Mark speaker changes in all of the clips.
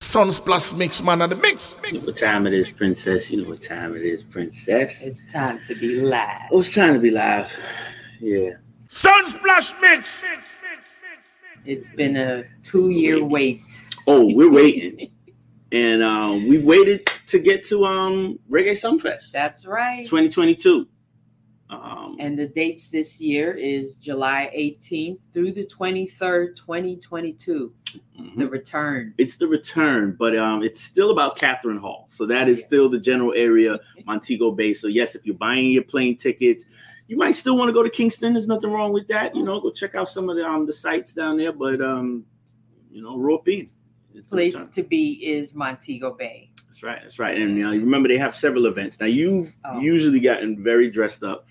Speaker 1: Sons Plus Mix, man, and the mix.
Speaker 2: You know what time it is, princess? You know what time it is, princess?
Speaker 3: It's time to be live.
Speaker 2: Oh, it's time to be live. Yeah.
Speaker 1: Sun Splash Mix.
Speaker 3: It's been a two year wait.
Speaker 2: Oh, we're waiting, and um, we've waited to get to um Reggae Sunfest
Speaker 3: That's right.
Speaker 2: 2022. Um,
Speaker 3: And the dates this year is July 18th through the 23rd, 2022.
Speaker 2: mhm.
Speaker 3: The return.
Speaker 2: it's the return, but um, it's still about Catherine Hall. So that is still the general area, Montego Bay. So yes, if you're buying your plane tickets, you might still want to go to Kingston. There's nothing wrong with that. You know, go check out some of the um the sites down there. But um, you know, rope in. It's the
Speaker 3: Place
Speaker 2: return.
Speaker 3: to be is Montego Bay.
Speaker 2: That's right. That's right. And uh, you remember they have several events. Now you've
Speaker 3: Oh.
Speaker 2: usually gotten very dressed up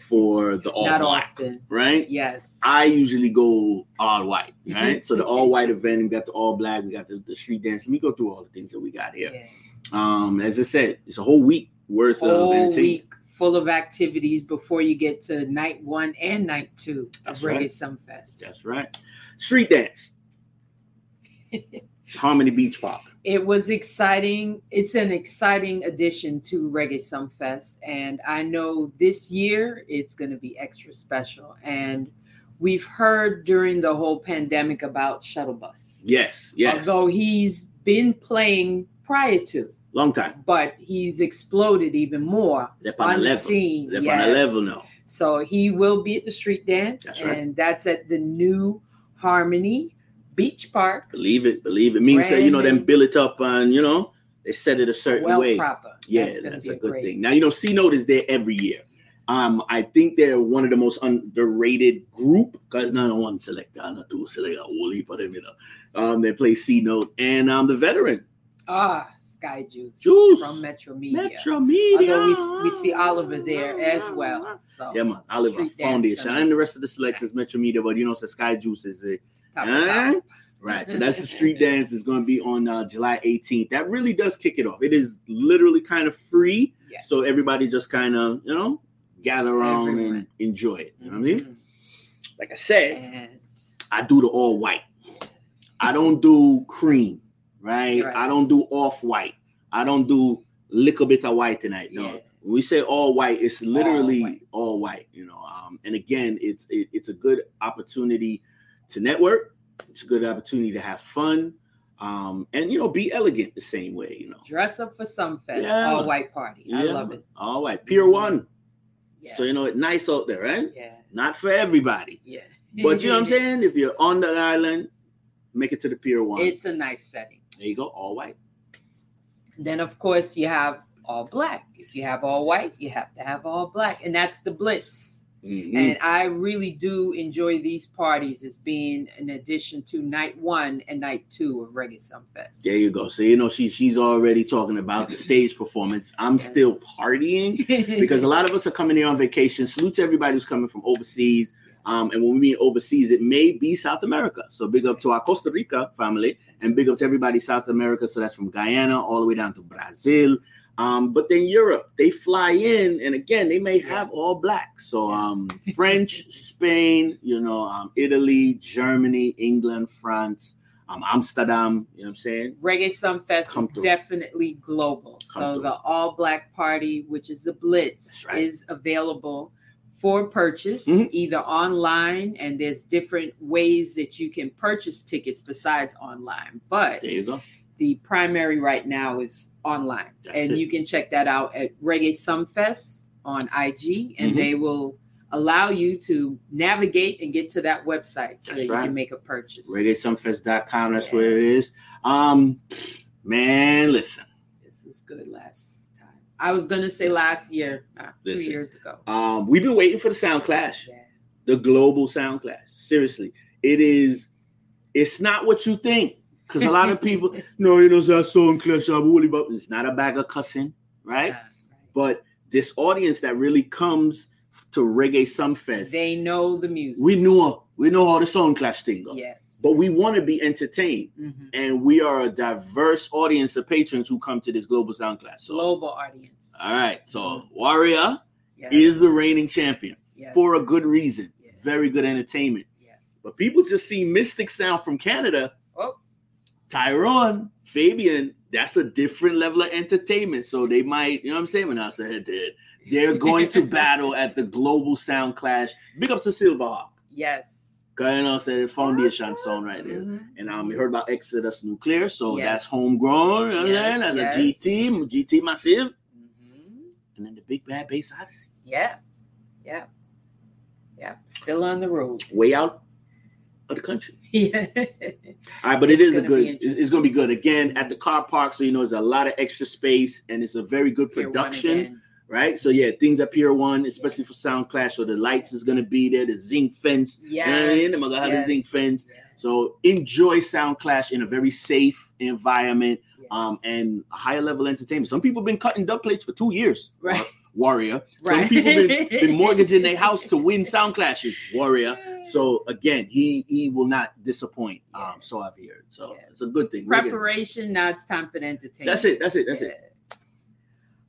Speaker 2: for the all
Speaker 3: Not
Speaker 2: black,
Speaker 3: often.
Speaker 2: right?
Speaker 3: Yes.
Speaker 2: I usually go all white,
Speaker 3: Mm-hmm.
Speaker 2: right? so the all white event, we got the all black, we got the, the street dancing. We go through all the things that we got here.
Speaker 3: Yeah.
Speaker 2: Um, as I said, it's a whole week worth of
Speaker 3: Whole
Speaker 2: entertainment.
Speaker 3: week full of activities before you get to night one and night two of
Speaker 2: That's
Speaker 3: Reggae
Speaker 2: right.
Speaker 3: Sunfest.
Speaker 2: That's right. Street dance. Harmony Beach Park.
Speaker 3: It was exciting. It's an exciting addition to Reggae Sumfest. And I know this year it's going to be extra special. And we've heard during the whole pandemic about Shuttle Bus.
Speaker 2: Yes, yes.
Speaker 3: Although he's been playing prior to,
Speaker 2: Long time.
Speaker 3: but he's exploded even more
Speaker 2: They're on a
Speaker 3: on the
Speaker 2: level.
Speaker 3: scene.
Speaker 2: They're on a
Speaker 3: Yes.
Speaker 2: level now.
Speaker 3: So he will be at the street dance.
Speaker 2: That's right.
Speaker 3: and that's at the new Harmony Beach Park.
Speaker 2: Believe it, believe it. Means that you know them
Speaker 3: Brandon.
Speaker 2: build it up and you know they set it a certain
Speaker 3: Well
Speaker 2: way.
Speaker 3: proper.
Speaker 2: Yeah,
Speaker 3: gonna
Speaker 2: that's
Speaker 3: be
Speaker 2: a good
Speaker 3: great-
Speaker 2: thing. Now you know C Note is there every year. Um, I think they're one of the most underrated group because not one select, uh, not two select, uh, only but you know. Um, they play C Note and um the veteran
Speaker 3: Ah, Sky Juice,
Speaker 2: Juice.
Speaker 3: from Metro Media.
Speaker 2: Metro Media.
Speaker 3: Although we, we see Oliver there as well. So
Speaker 2: Yeah, man, Oliver
Speaker 3: Street dance
Speaker 2: Foundation
Speaker 3: tonight.
Speaker 2: and the rest of the selectors
Speaker 3: Nice.
Speaker 2: Metro Media, but you know, so Sky Juice is it.
Speaker 3: top of
Speaker 2: Huh?
Speaker 3: top.
Speaker 2: Right. So that's the street dance is going to be on uh, July 18th. That really does kick it off. It is literally kind of free.
Speaker 3: Yes.
Speaker 2: So everybody just kind of, you know, gather around and
Speaker 3: Everyone.
Speaker 2: enjoy it. You know what I mean?
Speaker 3: Mhm.
Speaker 2: Like I said,
Speaker 3: Mm-hmm. And
Speaker 2: I do the all white. I don't do cream, right?
Speaker 3: Right.
Speaker 2: I don't do off white. I don't do little bit of white tonight. No.
Speaker 3: Yeah.
Speaker 2: When we say all white, it's literally all white,
Speaker 3: white.
Speaker 2: you know. Um, and again, it's it, it's a good opportunity to network. It's a good opportunity to have fun. Um, and you know, be elegant the same way, you know.
Speaker 3: dress up for Sunfest,
Speaker 2: Yeah.
Speaker 3: all white party. I
Speaker 2: Yeah.
Speaker 3: love it.
Speaker 2: All right, Pier One.
Speaker 3: Mm-hmm. Yeah.
Speaker 2: So you know it's nice out there, right?
Speaker 3: yeah.
Speaker 2: Not for everybody.
Speaker 3: Yeah.
Speaker 2: But you know what
Speaker 3: Mm-hmm.
Speaker 2: I'm saying? If you're on that island, make it to the Pier One.
Speaker 3: It's a nice setting.
Speaker 2: There you go, all white.
Speaker 3: Then, of course, you have all black. If you have all white, you have to have all black. And that's the blitz.
Speaker 2: Mm-hmm. Mm.
Speaker 3: And I really do enjoy these parties as being an addition to night one and night two of Reggae Sunfest.
Speaker 2: There you go. So you know she she's already talking about the stage performance. I'm
Speaker 3: Yes.
Speaker 2: still partying because a lot of us are coming here on vacation. Salute to everybody who's coming from overseas. Um, and when we mean overseas, it may be South America. So big up to our Costa Rica family and big up to everybody South America. So that's from Guyana all the way down to Brazil. Um, but then Europe, they fly in, and again, they may have all black. So um, French, Spain, you know, um, Italy, Germany, England, France, um, Amsterdam. You know what I'm saying?
Speaker 3: Reggae Sunfest
Speaker 2: Come
Speaker 3: is
Speaker 2: through.
Speaker 3: definitely global.
Speaker 2: Come
Speaker 3: so
Speaker 2: through.
Speaker 3: the all black party, which is the
Speaker 2: That's
Speaker 3: Blitz,
Speaker 2: right.
Speaker 3: is available for purchase
Speaker 2: Mhm.
Speaker 3: either online and there's different ways that you can purchase tickets besides online. But
Speaker 2: There you go.
Speaker 3: the primary right now is online.
Speaker 2: That's
Speaker 3: and
Speaker 2: it.
Speaker 3: you can check that out at Reggae Sumfest on IG, and
Speaker 2: Mhm.
Speaker 3: they will allow you to navigate and get to that website so
Speaker 2: That's
Speaker 3: that
Speaker 2: right.
Speaker 3: you can make a purchase.
Speaker 2: ReggaeSunfest.com. That's where it is. Um, man, listen.
Speaker 3: This was good last time. I was going to say last year, uh, two
Speaker 2: Listen.
Speaker 3: years ago.
Speaker 2: Um, we've been waiting for the Sound Clash,
Speaker 3: Yeah.
Speaker 2: the global Sound Clash. Seriously, it is. It's not what you think, because a lot of people, no, you know, that Sound Clash. I'm really about. It's not a bag of cussing, right?
Speaker 3: Uh,
Speaker 2: But this audience that really comes to Reggae Sunfest,
Speaker 3: They know the music.
Speaker 2: we know we know how the Sound Clash thing goes,
Speaker 3: yes.
Speaker 2: but we want to be entertained.
Speaker 3: Mhm.
Speaker 2: and we are a diverse audience of patrons who come to this global sound class. So, all
Speaker 3: Global audience.
Speaker 2: right, so Warrior
Speaker 3: Mm-hmm. Yes.
Speaker 2: is the reigning champion
Speaker 3: yes.
Speaker 2: for a good reason.
Speaker 3: Yeah.
Speaker 2: Very good entertainment.
Speaker 3: Yeah.
Speaker 2: But people just see Mystic Sound from Canada.
Speaker 3: Oh.
Speaker 2: Tyrone Fabian, that's a different level of entertainment. So they might, you know what I'm saying? When I said that, they're going to battle at the Global Sound Clash. Big up to Silverhawk.
Speaker 3: Yes.
Speaker 2: You know what I'm saying?
Speaker 3: Ah.
Speaker 2: Fondia Chanson right there.
Speaker 3: Mhm.
Speaker 2: And um, we heard about Exodus Nuclear, so
Speaker 3: Yes.
Speaker 2: that's homegrown. You know what I'm
Speaker 3: Yes,
Speaker 2: saying? That's
Speaker 3: yes.
Speaker 2: a GT, GT Massive,
Speaker 3: Mhm.
Speaker 2: and then the Big Bad Bass Odyssey.
Speaker 3: Yeah. Yeah. Yeah. Still on the road.
Speaker 2: Way out of the country.
Speaker 3: Yeah.
Speaker 2: All right, but
Speaker 3: It's
Speaker 2: it is a
Speaker 3: gonna
Speaker 2: good.
Speaker 3: be
Speaker 2: it's- it's going to be good again at the car park, so you know there's a lot of extra space, and it's a very good
Speaker 3: Pier one
Speaker 2: production,
Speaker 3: again.
Speaker 2: right? So yeah, things at Pier One, especially for Sound Clash, so the lights is going to be there, the zinc fence, you know what I mean?
Speaker 3: Yes,
Speaker 2: They're gonna have
Speaker 3: yes,
Speaker 2: the zinc fence.
Speaker 3: yes.
Speaker 2: So enjoy Sound Clash in a very safe environment,
Speaker 3: Yeah.
Speaker 2: um, and higher level entertainment. Some people been cutting dub plates for two years, uh,
Speaker 3: Right.
Speaker 2: Warrior. Some
Speaker 3: Right.
Speaker 2: people been, been mortgaging their house to win Sound Clashes, Warrior. So again, he he will not disappoint. Um, so I've heard. So
Speaker 3: Yeah.
Speaker 2: it's a good thing. We're good.
Speaker 3: preparation. Now it's time for the entertainment.
Speaker 2: That's it. That's it. That's it.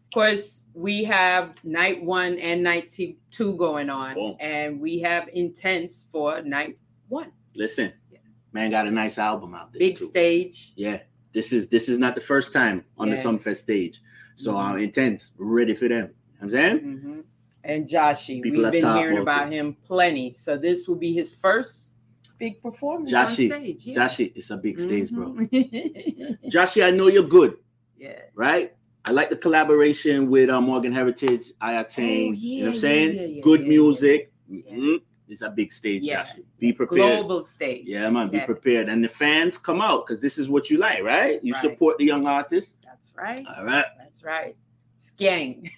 Speaker 3: Of course, we have night one and night t- two going on,
Speaker 2: Boom.
Speaker 3: and we have intents for night one.
Speaker 2: Listen,
Speaker 3: Yeah.
Speaker 2: man, got a nice album out there.
Speaker 3: Big
Speaker 2: too.
Speaker 3: stage.
Speaker 2: Yeah, this is this is not the first time on the
Speaker 3: Yeah. Mm-hmm.
Speaker 2: Sumfest stage. So I'm intense, ready for them. You know what I'm saying
Speaker 3: Mhm. And Joshi,
Speaker 2: People
Speaker 3: we've
Speaker 2: at
Speaker 3: been
Speaker 2: top
Speaker 3: hearing
Speaker 2: walking.
Speaker 3: about him plenty. So this will be his first big performance
Speaker 2: Joshi,
Speaker 3: on stage. Yeah. Mm-hmm.
Speaker 2: Joshi, it's a big stage, bro.
Speaker 3: Mhm.
Speaker 2: Joshi, I know you're good,
Speaker 3: yeah.
Speaker 2: right? I like the collaboration with uh, Morgan Heritage, I Attain.
Speaker 3: Oh,
Speaker 2: you know
Speaker 3: yeah,
Speaker 2: what I'm
Speaker 3: yeah,
Speaker 2: saying?
Speaker 3: yeah, yeah,
Speaker 2: good
Speaker 3: yeah,
Speaker 2: music.
Speaker 3: yeah.
Speaker 2: Mhm. It's a big stage,
Speaker 3: Yeah.
Speaker 2: Joshi. Be prepared.
Speaker 3: Global stage.
Speaker 2: Yeah, man, be
Speaker 3: Yeah,
Speaker 2: prepared. And the fans come out because this is what you like, right? You
Speaker 3: Right.
Speaker 2: support the young artist.
Speaker 3: That's right.
Speaker 2: All right.
Speaker 3: That's right. Skang.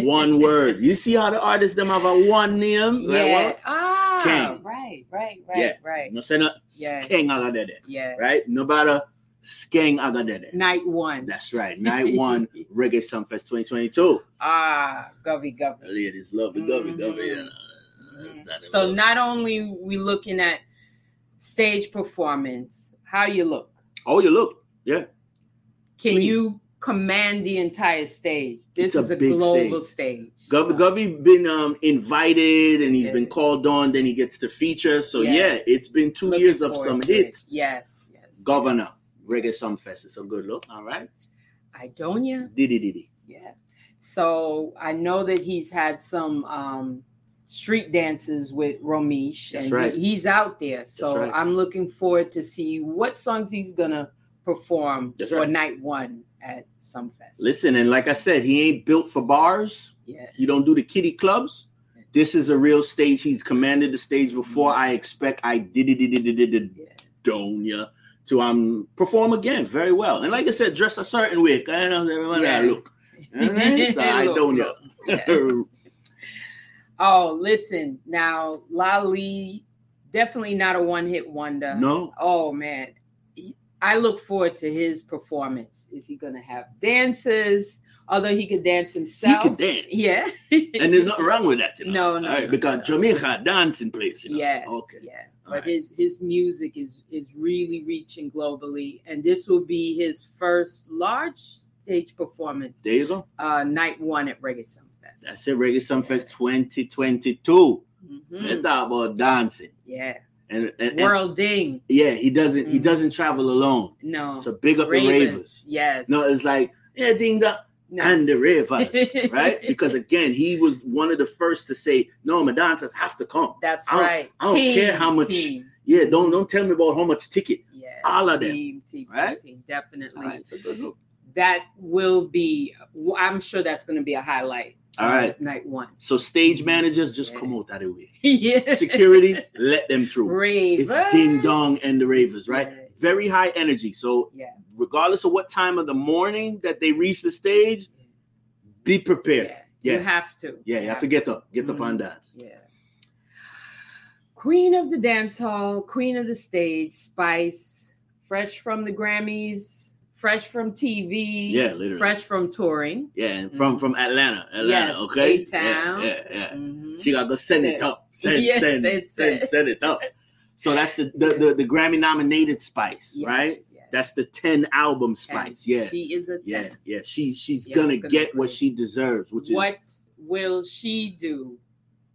Speaker 2: One word. You see how the artists them have a one name? Right?
Speaker 3: Yeah.
Speaker 2: One-
Speaker 3: Ah,
Speaker 2: Skang.
Speaker 3: right, right, right,
Speaker 2: Yeah.
Speaker 3: right.
Speaker 2: No say no
Speaker 3: Yeah.
Speaker 2: skeng agadede.
Speaker 3: Yeah.
Speaker 2: Right? No matter skeng agadede.
Speaker 3: Night one.
Speaker 2: That's right. Night one, Reggae Sunfest 2022.
Speaker 3: Ah, Govy Govy.
Speaker 2: Ladies, love it, love it, love it, you know. That's not
Speaker 3: So
Speaker 2: it.
Speaker 3: not only we looking at stage performance, how you look.
Speaker 2: oh, you look. Yeah.
Speaker 3: Can
Speaker 2: Clean.
Speaker 3: you command the entire stage?
Speaker 2: It's
Speaker 3: This
Speaker 2: a
Speaker 3: is a
Speaker 2: big
Speaker 3: global stage.
Speaker 2: Gov-
Speaker 3: So,
Speaker 2: Govey been um, invited and he's
Speaker 3: Yeah.
Speaker 2: been called on. Then he gets to feature. So
Speaker 3: Yeah.
Speaker 2: yeah, it's been two
Speaker 3: looking
Speaker 2: years of
Speaker 3: forward
Speaker 2: some
Speaker 3: to it.
Speaker 2: hits.
Speaker 3: Yes, yes.
Speaker 2: Governor Reggae Sunfest. It's a good look. All right,
Speaker 3: Idonia.
Speaker 2: diddy diddy.
Speaker 3: Yeah. So I know that he's had some um, street dances with Romish,
Speaker 2: That's
Speaker 3: and
Speaker 2: right.
Speaker 3: he- he's out there. So
Speaker 2: right.
Speaker 3: I'm looking forward to see what songs he's gonna perform
Speaker 2: That's
Speaker 3: for
Speaker 2: right.
Speaker 3: night one at Sumfest.
Speaker 2: Listen, and like I said, he ain't built for bars.
Speaker 3: Yeah.
Speaker 2: He don't do the kiddie clubs. This is a real stage. He's commanded the stage before.
Speaker 3: Mm-hmm.
Speaker 2: I expect I diddy diddy diddy diddy
Speaker 3: Yeah.
Speaker 2: Donia to um perform again very well. And like I said, dress a certain way. I know everyone
Speaker 3: Yeah.
Speaker 2: that look. You know what I'm saying? So I
Speaker 3: Look,
Speaker 2: don't
Speaker 3: look. Yeah.
Speaker 2: know.
Speaker 3: Oh, listen now, Lali, definitely not a one-hit wonder.
Speaker 2: no.
Speaker 3: Oh man, He- I look forward to his performance. Is he gonna have dances? Although he could dance himself.
Speaker 2: He can dance.
Speaker 3: Yeah.
Speaker 2: And there's nothing wrong with that, you know.
Speaker 3: No, no,
Speaker 2: All right,
Speaker 3: no,
Speaker 2: because
Speaker 3: no.
Speaker 2: Jamaica a dancing place, you know.
Speaker 3: Yeah.
Speaker 2: Okay.
Speaker 3: Yeah.
Speaker 2: All
Speaker 3: But
Speaker 2: right.
Speaker 3: his his music is is really reaching globally, and this will be his first large stage performance,
Speaker 2: There you go.
Speaker 3: uh, night one at Reggae Sunfest.
Speaker 2: That's it, Reggae Sunfest 2022.
Speaker 3: Mhm.
Speaker 2: Let's talk about dancing.
Speaker 3: Yeah.
Speaker 2: And, and, and-
Speaker 3: World Ding.
Speaker 2: yeah, he doesn't he
Speaker 3: Mhm.
Speaker 2: doesn't travel alone.
Speaker 3: No.
Speaker 2: So big up the
Speaker 3: Ravens.
Speaker 2: Ravers.
Speaker 3: Yes.
Speaker 2: No, it's like, yeah, ding dong.
Speaker 3: No.
Speaker 2: and the Ravers, right? Because again, he was one of the first to say, no, my dancers have to come.
Speaker 3: That's
Speaker 2: I don't-
Speaker 3: right.
Speaker 2: I don't
Speaker 3: Team,
Speaker 2: care how much-
Speaker 3: Team.
Speaker 2: Yeah, don't don't tell me about how much ticket.
Speaker 3: Yeah.
Speaker 2: all of them,
Speaker 3: Team, team,
Speaker 2: right?
Speaker 3: team, team. Definitely.
Speaker 2: All right, so good look.
Speaker 3: That will be. I'm sure that's going to be a highlight.
Speaker 2: All
Speaker 3: of
Speaker 2: right.
Speaker 3: Night one.
Speaker 2: So stage managers just
Speaker 3: Yeah.
Speaker 2: come out that way.
Speaker 3: yeah.
Speaker 2: Security, let them through.
Speaker 3: Brave.
Speaker 2: It's ding dong and the Ravers, right?
Speaker 3: Right.
Speaker 2: Very high energy. So,
Speaker 3: Yeah.
Speaker 2: regardless of what time of the morning that they reach the stage, be prepared.
Speaker 3: Yeah. You
Speaker 2: Yeah.
Speaker 3: have to.
Speaker 2: Yeah, you have to get up, get up
Speaker 3: Mhm.
Speaker 2: on dance.
Speaker 3: Yeah. Queen of the dance hall, queen of the stage, Spice, fresh from the Grammys, fresh from TV,
Speaker 2: Yeah, literally.
Speaker 3: fresh from touring.
Speaker 2: Yeah, and from from Atlanta, Atlanta.
Speaker 3: Yes,
Speaker 2: okay,
Speaker 3: A-Town.
Speaker 2: Yeah, yeah. yeah.
Speaker 3: Mhm.
Speaker 2: She got to send it
Speaker 3: Yes.
Speaker 2: up, send,
Speaker 3: Yes,
Speaker 2: send,
Speaker 3: it's
Speaker 2: send,
Speaker 3: it.
Speaker 2: send it up. So that's the the, the, the Grammy nominated Spice,
Speaker 3: Yes,
Speaker 2: right?
Speaker 3: yes.
Speaker 2: That's the ten album
Speaker 3: And
Speaker 2: Spice. Yeah,
Speaker 3: She is a 10.
Speaker 2: yeah, yeah. She she's
Speaker 3: Yeah,
Speaker 2: gonna
Speaker 3: it's gonna
Speaker 2: get
Speaker 3: be
Speaker 2: what
Speaker 3: great.
Speaker 2: she deserves, which is
Speaker 3: What will she do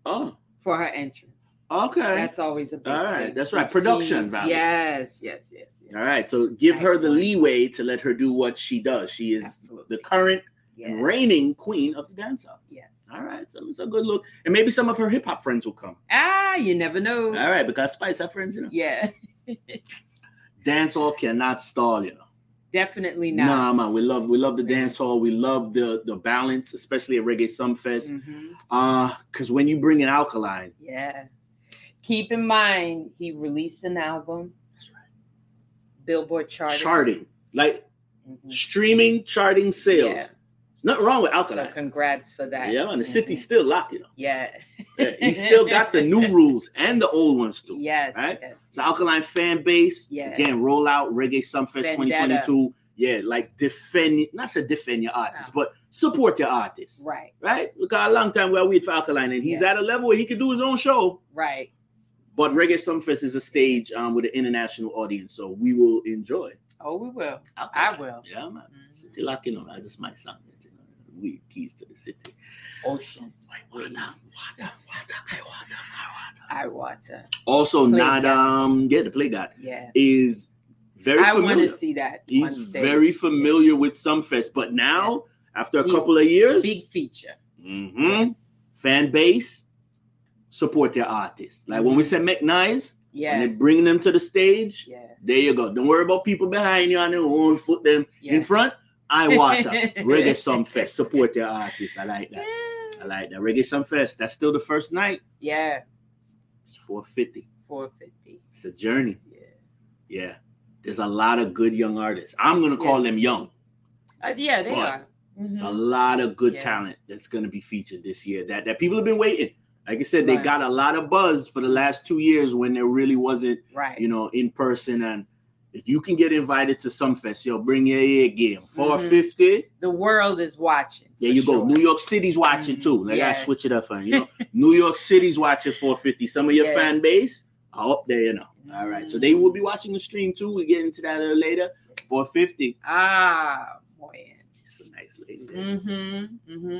Speaker 2: oh
Speaker 3: for her entrance?
Speaker 2: Okay.
Speaker 3: That's always a big
Speaker 2: All right,
Speaker 3: thing.
Speaker 2: that's right.
Speaker 3: You've seen-
Speaker 2: Production value.
Speaker 3: Yes, yes, yes, yes.
Speaker 2: All right. So give her the leeway to let her do what she does. She is
Speaker 3: Absolutely.
Speaker 2: the current
Speaker 3: yes.
Speaker 2: reigning queen of the dancehall.
Speaker 3: yes.
Speaker 2: All right. So it's a good look. And maybe some of her hip hop friends will come.
Speaker 3: Ah, you never know.
Speaker 2: All right. Because Spice, her friends, you know,
Speaker 3: Yeah,
Speaker 2: dancehall cannot stall, you know.
Speaker 3: definitely not.
Speaker 2: Nah, man, we love we love the dance hall. We love the the balance, especially at Reggae Sumfest.
Speaker 3: Mhm.
Speaker 2: Uh, cause when you bring an alkaline,
Speaker 3: Yeah. Keep in mind, he released an album.
Speaker 2: That's right.
Speaker 3: Billboard charted.
Speaker 2: charting, like
Speaker 3: Mhm.
Speaker 2: streaming charting sales.
Speaker 3: Yeah.
Speaker 2: It's nothing wrong with
Speaker 3: So
Speaker 2: alkaline.
Speaker 3: congrats for that.
Speaker 2: yeah, man, the city's
Speaker 3: Mhm.
Speaker 2: still locked, you know.
Speaker 3: Yeah.
Speaker 2: Yeah, he still got the new rules and the old ones too.
Speaker 3: Yes.
Speaker 2: Right?
Speaker 3: yes.
Speaker 2: It's alkaline fan base.
Speaker 3: Yeah.
Speaker 2: Again, roll out Reggae Sumfest
Speaker 3: Vendetta.
Speaker 2: 2022. Yeah, like defend, not say defend your artists,
Speaker 3: Ah.
Speaker 2: but support your artists.
Speaker 3: Right.
Speaker 2: Right? Look, a long time we are waiting for Alkaline, and he's
Speaker 3: Yeah.
Speaker 2: at a level where he can do his own show.
Speaker 3: Right.
Speaker 2: But Reggae Sumfest is a stage um, with an international audience, so we will enjoy.
Speaker 3: Oh, we will.
Speaker 2: Alkaline.
Speaker 3: I will.
Speaker 2: Yeah, man.
Speaker 3: Mhm.
Speaker 2: City lock, you know, that's just my song. You know, we keys to the city.
Speaker 3: Ocean.
Speaker 2: Why, water, water, water, I water, I water.
Speaker 3: I water.
Speaker 2: Also,
Speaker 3: Play
Speaker 2: not
Speaker 3: God.
Speaker 2: um, yeah, the play god.
Speaker 3: Yeah.
Speaker 2: is very
Speaker 3: I want
Speaker 2: familiar.
Speaker 3: to see that. on
Speaker 2: He's
Speaker 3: stage.
Speaker 2: very familiar with Sumfest, but now after a
Speaker 3: He-
Speaker 2: couple of years,
Speaker 3: Big feature.
Speaker 2: mhm,
Speaker 3: Yes.
Speaker 2: fan base support their artists. Like when we
Speaker 3: Mhm.
Speaker 2: said McNice,
Speaker 3: Yeah.
Speaker 2: and they bring them to the stage.
Speaker 3: yeah.
Speaker 2: There you go. Don't worry about people behind you on their own. Foot them
Speaker 3: Yeah.
Speaker 2: in front. I water reggae Sumfest. Support their artists. I like that. I like that reggae Sumfest. That's still the first night.
Speaker 3: Yeah.
Speaker 2: It's four fifty.
Speaker 3: 450.
Speaker 2: It's a journey.
Speaker 3: Yeah.
Speaker 2: Yeah. There's a lot of good young artists. I'm gonna call them young.
Speaker 3: Uh, yeah, they
Speaker 2: But-
Speaker 3: are.
Speaker 2: It's a
Speaker 3: Mhm.
Speaker 2: lot of good
Speaker 3: Yeah.
Speaker 2: talent that's going to be featured this year. That that people have been waiting. Like I said, they
Speaker 3: Right.
Speaker 2: got a lot of buzz for the last two years when there really wasn't,
Speaker 3: Right.
Speaker 2: you know, in person. And if you can get invited to some fest, yo, bring your ear game. Four fifty.
Speaker 3: the world is watching.
Speaker 2: There
Speaker 3: Mm-hmm. for
Speaker 2: you
Speaker 3: sure.
Speaker 2: go. New York City's watching
Speaker 3: Mhm.
Speaker 2: too. Like I
Speaker 3: Yeah.
Speaker 2: switch it up, on you know. New York City's watching four fifty. Some of your
Speaker 3: Yeah.
Speaker 2: fan base are up there, you know. All right, so they will be watching the stream too. We get into that a little later. Four fifty.
Speaker 3: Ah, boy.
Speaker 2: It's a nice lady. there.
Speaker 3: Mm-hmm. Mm-hmm.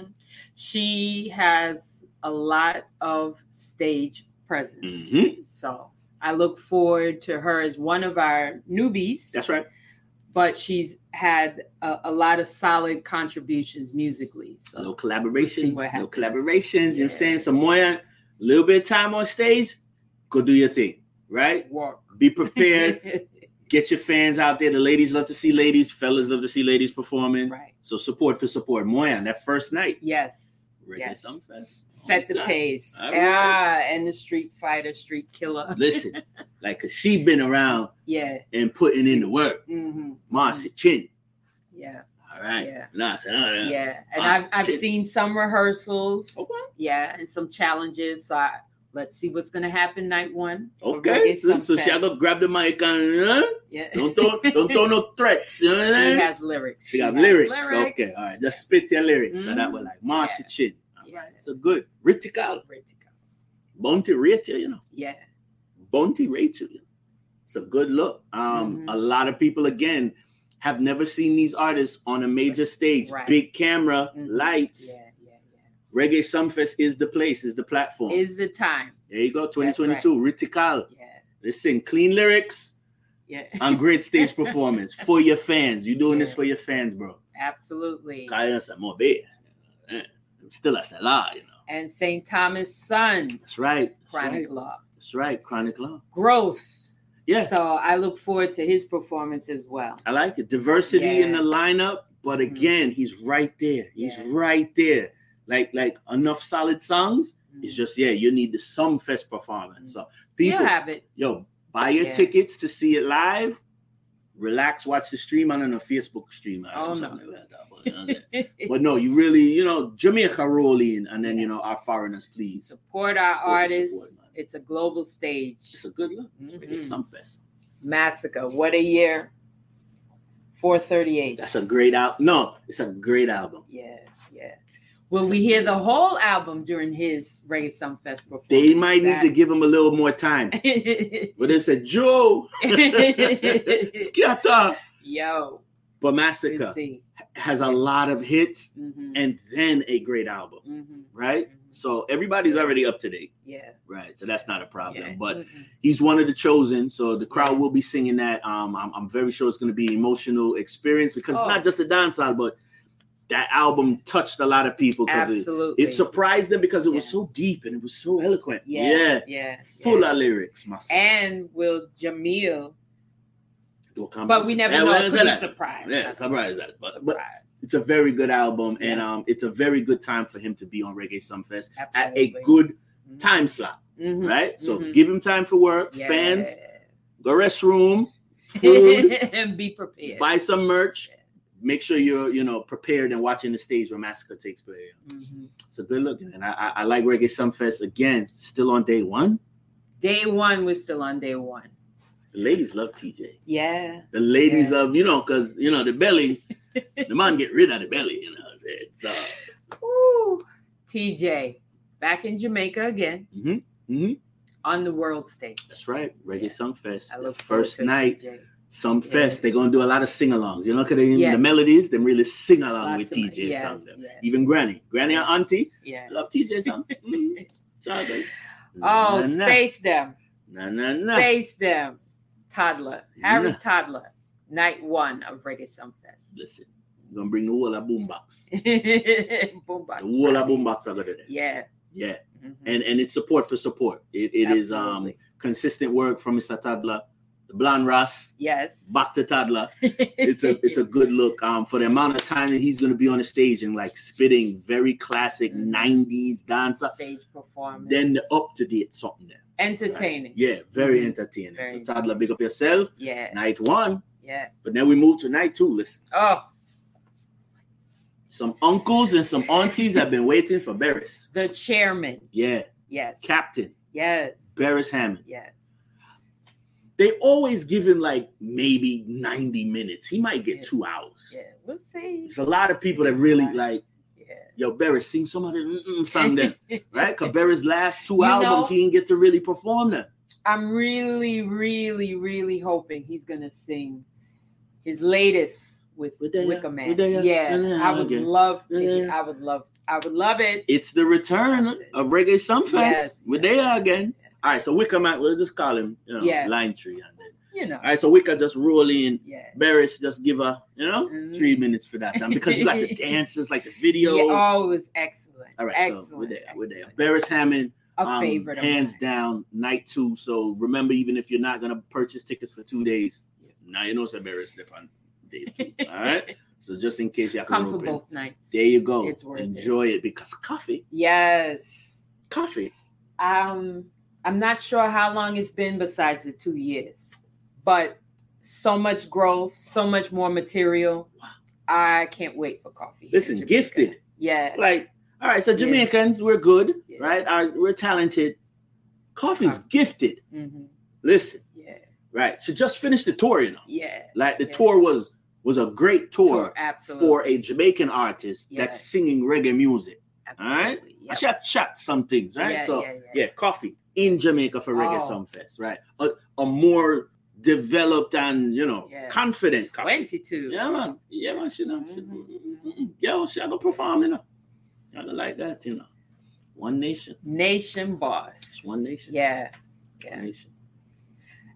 Speaker 3: She has a lot of stage presence.
Speaker 2: Mhm.
Speaker 3: So I look forward to her as one of our newbies,
Speaker 2: That's right.
Speaker 3: but she's had a, a lot of solid contributions musically. So
Speaker 2: No
Speaker 3: see
Speaker 2: collaborations.
Speaker 3: what
Speaker 2: No
Speaker 3: happens.
Speaker 2: collaborations. You know what I'm
Speaker 3: Yeah.
Speaker 2: saying? So Moya, a little bit of time on stage, go do your thing, right?
Speaker 3: work.
Speaker 2: Be prepared. Get your fans out there. The ladies love to see ladies. Fellas love to see ladies performing.
Speaker 3: right.
Speaker 2: So support for support. Moya, that first night.
Speaker 3: Yes.
Speaker 2: Reggae Oh
Speaker 3: yes.
Speaker 2: Sumfest.
Speaker 3: Set the
Speaker 2: Okay.
Speaker 3: pace.
Speaker 2: All right.
Speaker 3: Yeah. And the street fighter, street killer.
Speaker 2: Listen, like, cause she been around
Speaker 3: Yeah.
Speaker 2: and putting in the work.
Speaker 3: hmm
Speaker 2: Marcy Chin.
Speaker 3: Yeah.
Speaker 2: All right.
Speaker 3: Yeah.
Speaker 2: Nah, I said, all right.
Speaker 3: Yeah. And
Speaker 2: Ah,
Speaker 3: I've, I've
Speaker 2: shit. Oh.
Speaker 3: seen some rehearsals.
Speaker 2: Okay.
Speaker 3: Yeah. And some challenges. So I, let's see what's going to happen night one. for
Speaker 2: Okay.
Speaker 3: Reggae
Speaker 2: So, so she
Speaker 3: Sumfest.
Speaker 2: I go grab the mic and uh,
Speaker 3: Yeah.
Speaker 2: don't throw don't throw no threats. You know what I'm saying?
Speaker 3: she has lyrics.
Speaker 2: She got
Speaker 3: has
Speaker 2: lyrics. Okay, all right. Just spit your lyrics. So that
Speaker 3: Mm.
Speaker 2: was like Marcy
Speaker 3: Yeah.
Speaker 2: Chin.
Speaker 3: Yeah.
Speaker 2: All right, So good. Ritical.
Speaker 3: Vertigo.
Speaker 2: Bounty Rachel, you know.
Speaker 3: Yeah.
Speaker 2: Bounty Rachel. you know. It's a good look. Um,
Speaker 3: Mhm.
Speaker 2: a lot of people again have never seen these artists on a major stage.
Speaker 3: Right.
Speaker 2: Big camera,
Speaker 3: Mhm.
Speaker 2: lights.
Speaker 3: Yeah. Yeah. Yeah.
Speaker 2: Reggae Sumfest is the place, is the platform.
Speaker 3: Is the time.
Speaker 2: there you go,
Speaker 3: right.
Speaker 2: 2022. Ritical.
Speaker 3: Yeah.
Speaker 2: Listen, clean lyrics
Speaker 3: Yeah.
Speaker 2: and great stage performance for your fans. you doing this
Speaker 3: Yeah.
Speaker 2: for your fans, bro.
Speaker 3: Absolutely.
Speaker 2: Kaya sa mo, babe. Eh, I'm still a seller, you know.
Speaker 3: And St. Thomas Sun,
Speaker 2: That's right. That's
Speaker 3: Chronic
Speaker 2: right.
Speaker 3: Law.
Speaker 2: That's right. Chronic Law.
Speaker 3: Growth.
Speaker 2: Yeah,
Speaker 3: So I look forward to his performance as well.
Speaker 2: I like it. Diversity in the
Speaker 3: Yeah.
Speaker 2: lineup, but
Speaker 3: Mhm.
Speaker 2: again, he's right there. He's
Speaker 3: Yeah.
Speaker 2: right there. Like like enough solid songs. It's just yeah, you need the some fest performance. So
Speaker 3: Mm. Mm-hmm. you
Speaker 2: people,
Speaker 3: have it.
Speaker 2: yo, buy your
Speaker 3: Yeah.
Speaker 2: tickets to see it live. Relax, watch the stream. I don't know Facebook stream. I don't know,
Speaker 3: Oh, no.
Speaker 2: something like that, but, okay. but no, you really, you know, Jamaica rolling, and then you know our foreigners, please.
Speaker 3: support our
Speaker 2: Support,
Speaker 3: artists.
Speaker 2: support, man.
Speaker 3: it's a global stage.
Speaker 2: It's a good look. It's
Speaker 3: Mhm.
Speaker 2: really some fest.
Speaker 3: Massacre. What a year. 438.
Speaker 2: That's a great album. No, it's a great album.
Speaker 3: Yeah, yeah. Will we hear the whole album during his Reggae Sumfest performance?
Speaker 2: They might need to give him a little more time.
Speaker 3: to.
Speaker 2: But they said, Joe, scatter,
Speaker 3: Yo,
Speaker 2: But Massacre has a lot of hits mm-hmm. and then a great album, mm-hmm. right? Mm-hmm. So everybody's already up to date.
Speaker 3: Yeah. Mm-hmm.
Speaker 2: Right. So that's not a problem. Yeah. But he's one of the chosen. So the crowd will be singing that. Um, I'm, I'm very sure it's going to be emotional experience because oh. it's not just a downside, but that album touched a lot of people because it, it, surprised them because it yeah. was so deep and it was so eloquent. Yeah. Yeah.
Speaker 3: yeah
Speaker 2: Full of lyrics.
Speaker 3: Myself. And will Jamil but we never
Speaker 2: yeah,
Speaker 3: know. Well,
Speaker 2: that. surprise. Yeah, surprise that. But, surprise. but it's a very good album, yeah. and um, it's a very good time for him to be on Reggae Sumfest at a good mm-hmm. time slot, mm-hmm. right? So mm-hmm. give him time for work, yeah. fans, go restroom, food,
Speaker 3: and be prepared.
Speaker 2: Buy some merch. Make sure you're you know prepared and watching the stage where massacre takes place.
Speaker 3: Mm-hmm.
Speaker 2: It's a good look, and I, I, I like Reggae Sumfest again. Still on day one.
Speaker 3: Day one was still on day one.
Speaker 2: The ladies love TJ.
Speaker 3: Yeah.
Speaker 2: The ladies yeah. love, you know, because you know the belly, the man get rid of the belly, you know. It's, uh...
Speaker 3: Ooh, TJ, back in Jamaica again.
Speaker 2: Mm-hmm. Mm-hmm.
Speaker 3: On the world stage.
Speaker 2: That's right, Reggae yeah. Sumfest. I look first night. TJ. Some yeah. fest, they're gonna do a lot of sing-alongs. You know, cause they, yeah. the melodies, they really sing along Lots with TJ. Yes, some yes. Even Granny, Granny or Auntie,
Speaker 3: yeah,
Speaker 2: love TJ. Some. mm-hmm.
Speaker 3: Oh, nah, space nah. them.
Speaker 2: Nah, nah, nah.
Speaker 3: Space them toddler, Harry nah. Toddler, night one of Reggae Sumfest.
Speaker 2: Listen, I'm gonna bring the whole of boombox.
Speaker 3: boombox.
Speaker 2: The whole of boombox are gonna do.
Speaker 3: Yeah.
Speaker 2: Yeah. Mm-hmm. And and it's support for support. It, it Absolutely. is um consistent work from Mr. Toddler. Blonde Ross,
Speaker 3: yes,
Speaker 2: back to toddler. It's a it's a good look. Um, for the amount of time that he's going to be on the stage and like spitting very classic mm-hmm. '90s dancer
Speaker 3: stage performance,
Speaker 2: then the up to date something there
Speaker 3: entertaining. Right.
Speaker 2: Yeah, very mm-hmm. entertaining. Very so toddler, entertaining. big up yourself.
Speaker 3: Yeah.
Speaker 2: Night one.
Speaker 3: Yeah.
Speaker 2: But then we move to night two. Listen.
Speaker 3: Oh.
Speaker 2: Some uncles and some aunties have been waiting for Barris.
Speaker 3: The chairman.
Speaker 2: Yeah.
Speaker 3: Yes.
Speaker 2: Captain.
Speaker 3: Yes.
Speaker 2: Barris Hammond.
Speaker 3: Yes.
Speaker 2: They always give him like maybe 90 minutes. He might get yeah. two hours.
Speaker 3: Yeah, we'll see.
Speaker 2: There's a lot of people that really yeah. like yo, Barry, sing some of the song then, right? Because Barry's last two you albums, know, he didn't get to really perform them.
Speaker 3: I'm really, really, really hoping he's gonna sing his latest with Wicker Man. yeah, I would love to. I would love. I would love it.
Speaker 2: It's the return it. of Reggae Sumfest. Yes, We're yes. there again. Yes. All right, so Wicker Man, we'll just call him, you know, yeah. Line Tree.
Speaker 3: You know. All
Speaker 2: right, so Wicca just roll in.
Speaker 3: Yeah.
Speaker 2: Barris just give her, you know, mm-hmm. three minutes for that time because you got the dances, like the video.
Speaker 3: Yeah, oh, it was excellent.
Speaker 2: All right,
Speaker 3: excellent,
Speaker 2: so we're there. Excellent. We're there. Barris Hammond.
Speaker 3: A um, favorite
Speaker 2: hands down, night two. So remember, even if you're not gonna purchase tickets for two days, yeah. now you know it's a Barris slip on day two. All right. So just in case you have
Speaker 3: Come
Speaker 2: to
Speaker 3: for open, both nights.
Speaker 2: There you go. Enjoy it. it because coffee.
Speaker 3: Yes.
Speaker 2: Coffee.
Speaker 3: Um, I'm not sure how long it's been besides the two years but so much growth, so much more material. Wow. I can't wait for coffee.
Speaker 2: Listen, gifted.
Speaker 3: Yeah.
Speaker 2: Like, all right, so Jamaicans, yeah. we're good, yeah. Uh-huh. right? Our, we're talented. Coffee's Coffee. gifted.
Speaker 3: Mm-hmm.
Speaker 2: Listen.
Speaker 3: Yeah.
Speaker 2: Right. So just finish the tour, you know.
Speaker 3: Yeah.
Speaker 2: Like the
Speaker 3: yeah.
Speaker 2: tour was was a great tour,
Speaker 3: tour
Speaker 2: for a Jamaican artist that's singing reggae music. Absolutely. All right. Yep. I shot shot some things, right? so yeah, coffee in Jamaica for Reggae oh. Sumfest, right? a, a more developed and you know yeah. confident.
Speaker 3: Twenty two.
Speaker 2: Yeah man, yeah man. She know, mm-hmm. she, mm-hmm. yo, she go perform. You know, I don't like that. You know, one nation.
Speaker 3: Nation boss.
Speaker 2: It's one nation.
Speaker 3: Yeah,
Speaker 2: yeah. One nation.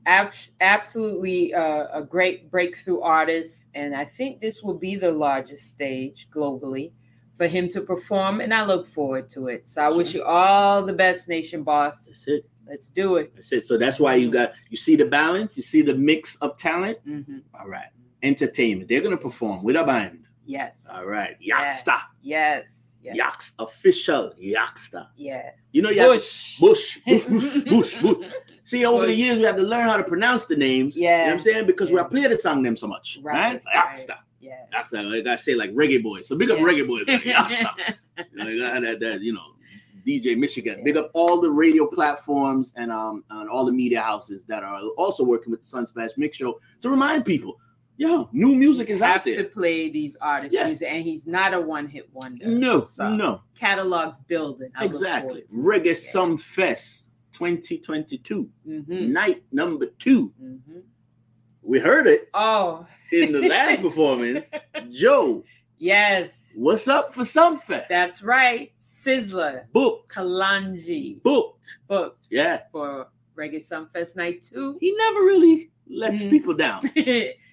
Speaker 3: Ab- absolutely uh, a great breakthrough artist, and I think this will be the largest stage globally for him to perform, and I look forward to it. So I That's wish right. you all the best, Nation Boss.
Speaker 2: That's it.
Speaker 3: Let's do it.
Speaker 2: That's it. So that's why you got you see the balance, you see the mix of talent.
Speaker 3: Mm-hmm.
Speaker 2: All right, entertainment. They're gonna perform with a band.
Speaker 3: Yes.
Speaker 2: All right, Yaksta.
Speaker 3: Yes. yes.
Speaker 2: Yaks official Yaksta.
Speaker 3: Yeah.
Speaker 2: You know
Speaker 3: Bush.
Speaker 2: Have, Bush. Bush. Bush. Bush. Bush. See, over Bush. the years we have to learn how to pronounce the names.
Speaker 3: Yeah.
Speaker 2: You know what I'm saying because yeah. we play the song them so much. Right. right? Yaksta. Right.
Speaker 3: Yeah.
Speaker 2: Yaksta. Like I say, like reggae boys. So big up yeah. reggae boys. Like, Yaksta. you know, that, that, you know DJ Michigan. Yeah. Big up all the radio platforms and um and all the media houses that are also working with the Sunsplash Mix Show to remind people, yo, new music is
Speaker 3: you
Speaker 2: out there.
Speaker 3: to play these artists, yeah. and he's not a one hit wonder.
Speaker 2: No, so no.
Speaker 3: Catalog's building. I
Speaker 2: exactly. Reggae yeah. Some Fest 2022,
Speaker 3: mm-hmm.
Speaker 2: night number 2
Speaker 3: mm-hmm.
Speaker 2: We heard it
Speaker 3: Oh,
Speaker 2: in the last performance. Joe,
Speaker 3: yes.
Speaker 2: what's up for some fest?
Speaker 3: That's right. Sizzler,
Speaker 2: booked,
Speaker 3: Kalanji,
Speaker 2: booked.
Speaker 3: booked
Speaker 2: Yeah,
Speaker 3: for Reggae Sunfest Night 2.
Speaker 2: he never really lets
Speaker 3: Mm.
Speaker 2: people down.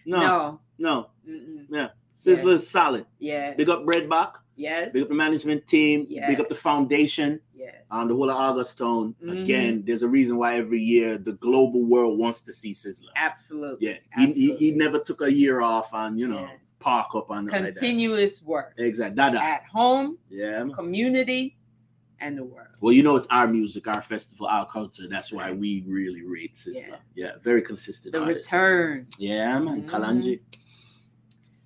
Speaker 2: No, no,
Speaker 3: no. Mm-mm.
Speaker 2: Sizzler's solid.
Speaker 3: Yeah.
Speaker 2: Big up Redbox.
Speaker 3: Yes.
Speaker 2: Big up the management team.
Speaker 3: Yeah.
Speaker 2: Big up the foundation.
Speaker 3: Yeah.
Speaker 2: Um, the whole of Augustone.
Speaker 3: Mm-hmm.
Speaker 2: Again, there's a reason why every year the global world wants to see Sizzler.
Speaker 3: Absolutely.
Speaker 2: Yeah, he, he,
Speaker 3: Absolutely.
Speaker 2: he never took a year off on you know
Speaker 3: Yeah.
Speaker 2: park up on nothing Like
Speaker 3: Continuous work.
Speaker 2: that. Exactly, Dada.
Speaker 3: At home,
Speaker 2: Yeah.
Speaker 3: community, and the world.
Speaker 2: Well, you know it's our music, our festival, our culture. That's why we really rate Sizzler. Yeah,
Speaker 3: Yeah.
Speaker 2: very consistent.
Speaker 3: The
Speaker 2: artist.
Speaker 3: return.
Speaker 2: Yeah, man,
Speaker 3: Mhm.
Speaker 2: Kalanji.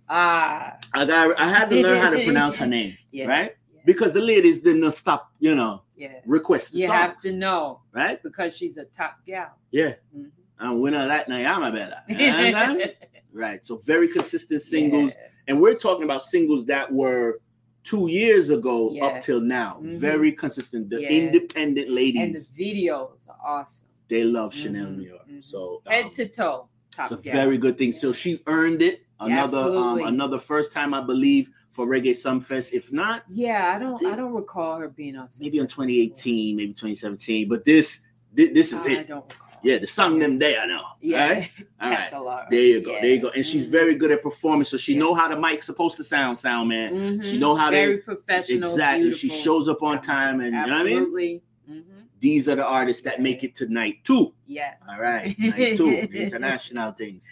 Speaker 3: Ah,
Speaker 2: I got. I had to learn how to pronounce her name,
Speaker 3: yeah.
Speaker 2: right?
Speaker 3: Yeah.
Speaker 2: Because the ladies didn't stop, you know,
Speaker 3: yeah.
Speaker 2: request the
Speaker 3: You
Speaker 2: songs,
Speaker 3: have to know
Speaker 2: right?
Speaker 3: because she's a top gal.
Speaker 2: Yeah.
Speaker 3: Mhm.
Speaker 2: And when I like Nayama better. You know what I'm saying? right. So very consistent singles.
Speaker 3: Yeah.
Speaker 2: and we're talking about singles that were two years ago
Speaker 3: Yeah.
Speaker 2: up till now.
Speaker 3: Mhm.
Speaker 2: Very consistent. The
Speaker 3: Yeah.
Speaker 2: independent
Speaker 3: And the
Speaker 2: ladies,
Speaker 3: videos are awesome.
Speaker 2: they love Chanel
Speaker 3: Mhm.
Speaker 2: New York.
Speaker 3: Mhm.
Speaker 2: So um,
Speaker 3: Head to toe, top
Speaker 2: it's a
Speaker 3: gal.
Speaker 2: very good thing. So she earned it.
Speaker 3: Yeah,
Speaker 2: Another um,
Speaker 3: absolutely.
Speaker 2: another first time, I believe, for Reggae Sumfest. If not,
Speaker 3: yeah, I don't,
Speaker 2: think-
Speaker 3: I don't recall her being on.
Speaker 2: maybe on
Speaker 3: Sunfest
Speaker 2: 2018, maybe 2017. But this thi- this
Speaker 3: before.
Speaker 2: is
Speaker 3: I
Speaker 2: it.
Speaker 3: don't recall.
Speaker 2: Yeah, the song them day I know.
Speaker 3: Uh-huh. yeah.
Speaker 2: All right. All right.
Speaker 3: Catalara.
Speaker 2: There you go.
Speaker 3: Yeah.
Speaker 2: There you go. And she's
Speaker 3: Mhm.
Speaker 2: very good at performing. So she
Speaker 3: Yeah.
Speaker 2: know how the mic's supposed to sound, sound man.
Speaker 3: Mhm.
Speaker 2: She know how to-
Speaker 3: very professional.
Speaker 2: Exactly. She
Speaker 3: beautiful.
Speaker 2: shows up on time, and you know what I mean.
Speaker 3: absolutely. hmm
Speaker 2: These are the artists that make it to night two.
Speaker 3: Yes.
Speaker 2: All right, night two, the international things.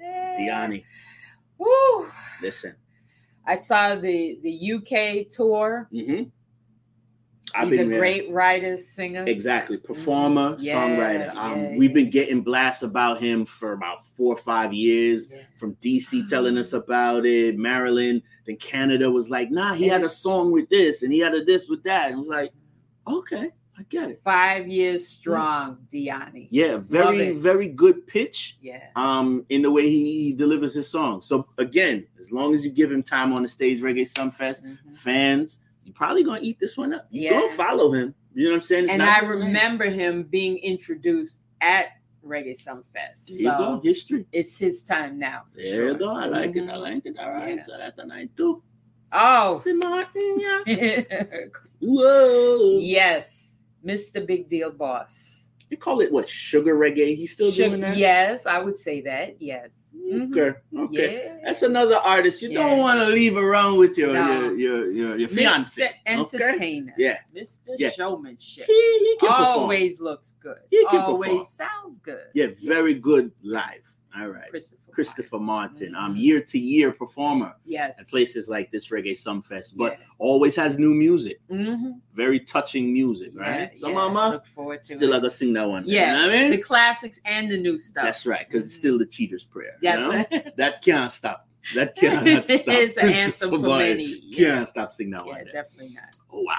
Speaker 3: Diani.
Speaker 2: Diani,
Speaker 3: Woo!
Speaker 2: listen.
Speaker 3: I saw the the UK tour.
Speaker 2: hmm I've
Speaker 3: He's a
Speaker 2: been there.
Speaker 3: great writer, singer.
Speaker 2: exactly performer,
Speaker 3: Mhm. Yeah,
Speaker 2: songwriter. Um,
Speaker 3: yeah,
Speaker 2: we've
Speaker 3: yeah.
Speaker 2: been getting blasts about him for about four or five years.
Speaker 3: Yeah.
Speaker 2: From
Speaker 3: Mm-hmm.
Speaker 2: DC telling us about it, Maryland, then Canada was like, "Nah, he had a
Speaker 3: Yes.
Speaker 2: song with this, and he had a this with that," and we're like, "Okay, I get it."
Speaker 3: Five years strong, Diani.
Speaker 2: Yeah, very,
Speaker 3: it.
Speaker 2: very good pitch.
Speaker 3: Yeah.
Speaker 2: um, in the way he delivers his song. So again, as long as you give him time on the stage, Reggae Sunfest
Speaker 3: Mhm.
Speaker 2: fans, you're probably gonna eat this one up. You
Speaker 3: Yeah.
Speaker 2: gonna follow him. You know what I'm saying? It's
Speaker 3: And
Speaker 2: not
Speaker 3: I
Speaker 2: just a name.
Speaker 3: remember him being introduced at Reggae Sunfest.
Speaker 2: There you go,
Speaker 3: So
Speaker 2: history.
Speaker 3: it's his time now. for
Speaker 2: There
Speaker 3: sure.
Speaker 2: you go. I like it. I
Speaker 3: Mhm.
Speaker 2: like it. All right.
Speaker 3: Yeah.
Speaker 2: So that's a night too.
Speaker 3: Oh.
Speaker 2: See Martin, yeah.
Speaker 3: yes,
Speaker 2: Whoa.
Speaker 3: Mr. Big Deal Boss.
Speaker 2: You call it what? Sugar reggae? He's still
Speaker 3: Sugar-
Speaker 2: doing that?
Speaker 3: Yes, I would say that. Yes. Mhm.
Speaker 2: Okay. Okay.
Speaker 3: Yeah.
Speaker 2: That's another artist you don't
Speaker 3: Yeah.
Speaker 2: want to leave around with your
Speaker 3: No.
Speaker 2: your, your your your
Speaker 3: Mr.
Speaker 2: fiance. Okay.
Speaker 3: Entertainer.
Speaker 2: Yeah.
Speaker 3: Mr.
Speaker 2: Yeah.
Speaker 3: Showmanship.
Speaker 2: He, he can perform.
Speaker 3: Always looks good.
Speaker 2: He can
Speaker 3: Always
Speaker 2: perform.
Speaker 3: sounds good.
Speaker 2: Yeah, very
Speaker 3: Yes.
Speaker 2: good live. All right.
Speaker 3: Christopher.
Speaker 2: Christopher Martin, um,
Speaker 3: Mhm.
Speaker 2: year to year performer
Speaker 3: Martin. Yes.
Speaker 2: at places like this Reggae Sumfest, but always has new music,
Speaker 3: hmm
Speaker 2: very touching music, right? so, mama,
Speaker 3: Look forward to
Speaker 2: still I
Speaker 3: it.
Speaker 2: gotta sing that one. You
Speaker 3: Yeah.
Speaker 2: know what I
Speaker 3: the
Speaker 2: mean?
Speaker 3: classics and the new stuff.
Speaker 2: That's right, because it's
Speaker 3: Mhm.
Speaker 2: still the cheater's prayer. you
Speaker 3: That's
Speaker 2: know?
Speaker 3: right.
Speaker 2: That can't stop. That cannot stop.
Speaker 3: it's an
Speaker 2: Christopher
Speaker 3: anthem for
Speaker 2: Martin
Speaker 3: many. Yeah,
Speaker 2: Can't stop singing that
Speaker 3: yeah
Speaker 2: one.
Speaker 3: definitely not.
Speaker 2: Oh, wow.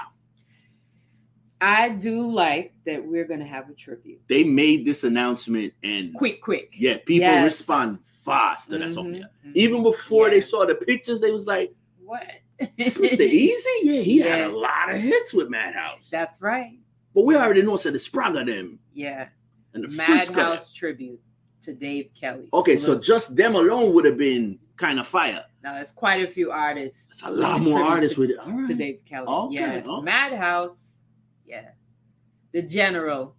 Speaker 3: I do like that we're going to have a tribute.
Speaker 2: They made this announcement and
Speaker 3: Quick, quick.
Speaker 2: yeah, people
Speaker 3: Yes.
Speaker 2: respond fast to that song.
Speaker 3: Mhm,
Speaker 2: yeah.
Speaker 3: mhm.
Speaker 2: Even before they
Speaker 3: Yeah.
Speaker 2: saw the pictures, they was like,
Speaker 3: What?
Speaker 2: It's Mr. Easy, yeah, he had
Speaker 3: Yeah.
Speaker 2: a lot of hits with Madhouse.
Speaker 3: That's right.
Speaker 2: but we already know so the Sprague of them
Speaker 3: Yeah.
Speaker 2: and the Frisco. them.
Speaker 3: Madhouse tribute to Dave Kelly.
Speaker 2: Okay, so
Speaker 3: Salute.
Speaker 2: just them alone would have been kind of fire.
Speaker 3: now it's quite a few artists
Speaker 2: It's a lot
Speaker 3: Tribute
Speaker 2: more
Speaker 3: to-
Speaker 2: artists with it. All
Speaker 3: to
Speaker 2: right.
Speaker 3: Dave Kelly.
Speaker 2: Okay,
Speaker 3: yeah.
Speaker 2: okay.
Speaker 3: Madhouse. Yeah. The General.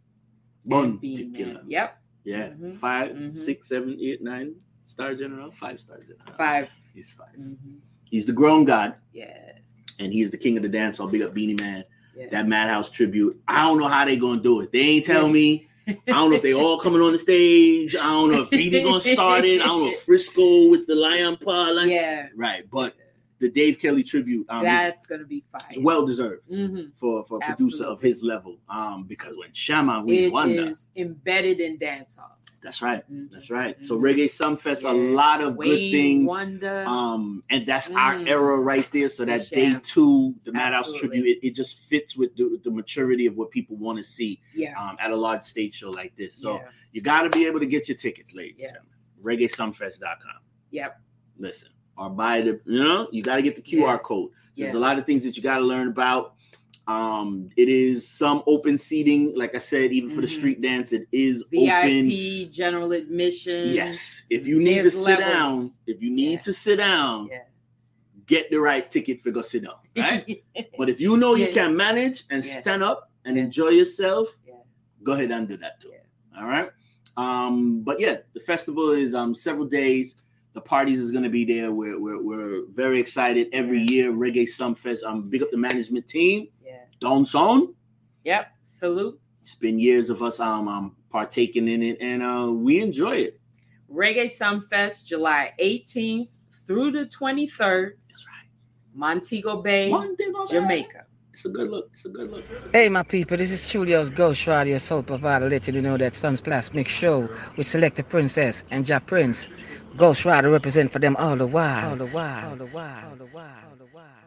Speaker 2: Bon
Speaker 3: and Bean Man.
Speaker 2: Tequila.
Speaker 3: Yep.
Speaker 2: Yeah.
Speaker 3: Mhm.
Speaker 2: Five,
Speaker 3: Mhm.
Speaker 2: six, seven, eight, nine star general, five star general.
Speaker 3: 5
Speaker 2: He's five.
Speaker 3: Mhm.
Speaker 2: He's the grown god
Speaker 3: Yeah.
Speaker 2: and he's the king of the dance. I'll big up Beanie Man.
Speaker 3: Yeah.
Speaker 2: That Madhouse tribute. I don't know how they gonna do it. They ain't tell me. I don't know if they all coming on the stage. I don't know if Beatty gonna start it. I don't know if Frisco with the lion paw. Like,
Speaker 3: yeah.
Speaker 2: Right, but the Dave Kelly tribute um, is,
Speaker 3: That's gonna be fire.
Speaker 2: is well deserved
Speaker 3: Mhm.
Speaker 2: for for a producer of his level. Um, because when Shaman we
Speaker 3: It
Speaker 2: wonder.
Speaker 3: is embedded in dancehall.
Speaker 2: That's right.
Speaker 3: Mhm.
Speaker 2: That's right. So
Speaker 3: Mhm.
Speaker 2: reggae sumfest, a
Speaker 3: Yeah.
Speaker 2: lot of good
Speaker 3: Wayne
Speaker 2: things.
Speaker 3: Wonder.
Speaker 2: Um, and that's our
Speaker 3: Mm.
Speaker 2: era right there. So that
Speaker 3: Yes,
Speaker 2: day
Speaker 3: yeah.
Speaker 2: two, the Madhouse
Speaker 3: Absolutely.
Speaker 2: tribute, it, it just fits with the, the maturity of what people want to see
Speaker 3: yeah.
Speaker 2: um, at a large stage show like this. So
Speaker 3: yeah.
Speaker 2: you got to be able to get your tickets, ladies. and
Speaker 3: Yes.
Speaker 2: gentlemen. reggaesumfest.com.
Speaker 3: Yep.
Speaker 2: Listen, or buy the, you know, you got to get the QR
Speaker 3: Yeah.
Speaker 2: code. So There's
Speaker 3: Yeah.
Speaker 2: a lot of things that you got to learn about. Um, it is some open seating, like I said, even for the
Speaker 3: Mhm.
Speaker 2: street dance, it is open.
Speaker 3: VIP, general admission.
Speaker 2: Yes. If you need to
Speaker 3: There's
Speaker 2: sit
Speaker 3: levels.
Speaker 2: down, if you need
Speaker 3: Yeah.
Speaker 2: to sit down,
Speaker 3: Yeah.
Speaker 2: get the right ticket for go sit down. Right? but if you know you
Speaker 3: Yeah.
Speaker 2: can manage and
Speaker 3: Yeah.
Speaker 2: stand up and
Speaker 3: Yeah.
Speaker 2: enjoy yourself,
Speaker 3: Yeah.
Speaker 2: go ahead and do that too.
Speaker 3: Yeah.
Speaker 2: All right. Um, but yeah, the festival is um several days. The parties is gonna be there. We're we're, we're very excited every year. Reggae Sumfest. Um, big up the management team.
Speaker 3: yeah.
Speaker 2: Don Son.
Speaker 3: Yep. Salute.
Speaker 2: It's been years of us um, um partaking in it, and uh, we enjoy it.
Speaker 3: Reggae Sunfest, July 18th through the 23rd.
Speaker 2: That's right.
Speaker 3: Montego Bay,
Speaker 2: Monday, Monday.
Speaker 3: Jamaica.
Speaker 2: It's a good look. It's a good look. It's a-
Speaker 4: Hey, my people, this is Julio's Ghost Radio Soul Provider, letting you know that Sun's Plasmic Show with Selected Princess and Ja Prince. Ghost Rider represent for them all the while. All the while. All the while. All the while. All the while.